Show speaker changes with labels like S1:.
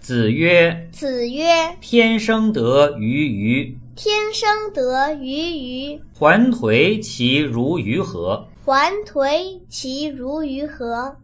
S1: 子曰
S2: 子曰：“
S1: 天生得鱼鱼，：“
S2: 天生得鱼鱼，
S1: 还颓其如鱼何
S2: 还颓其如鱼何？”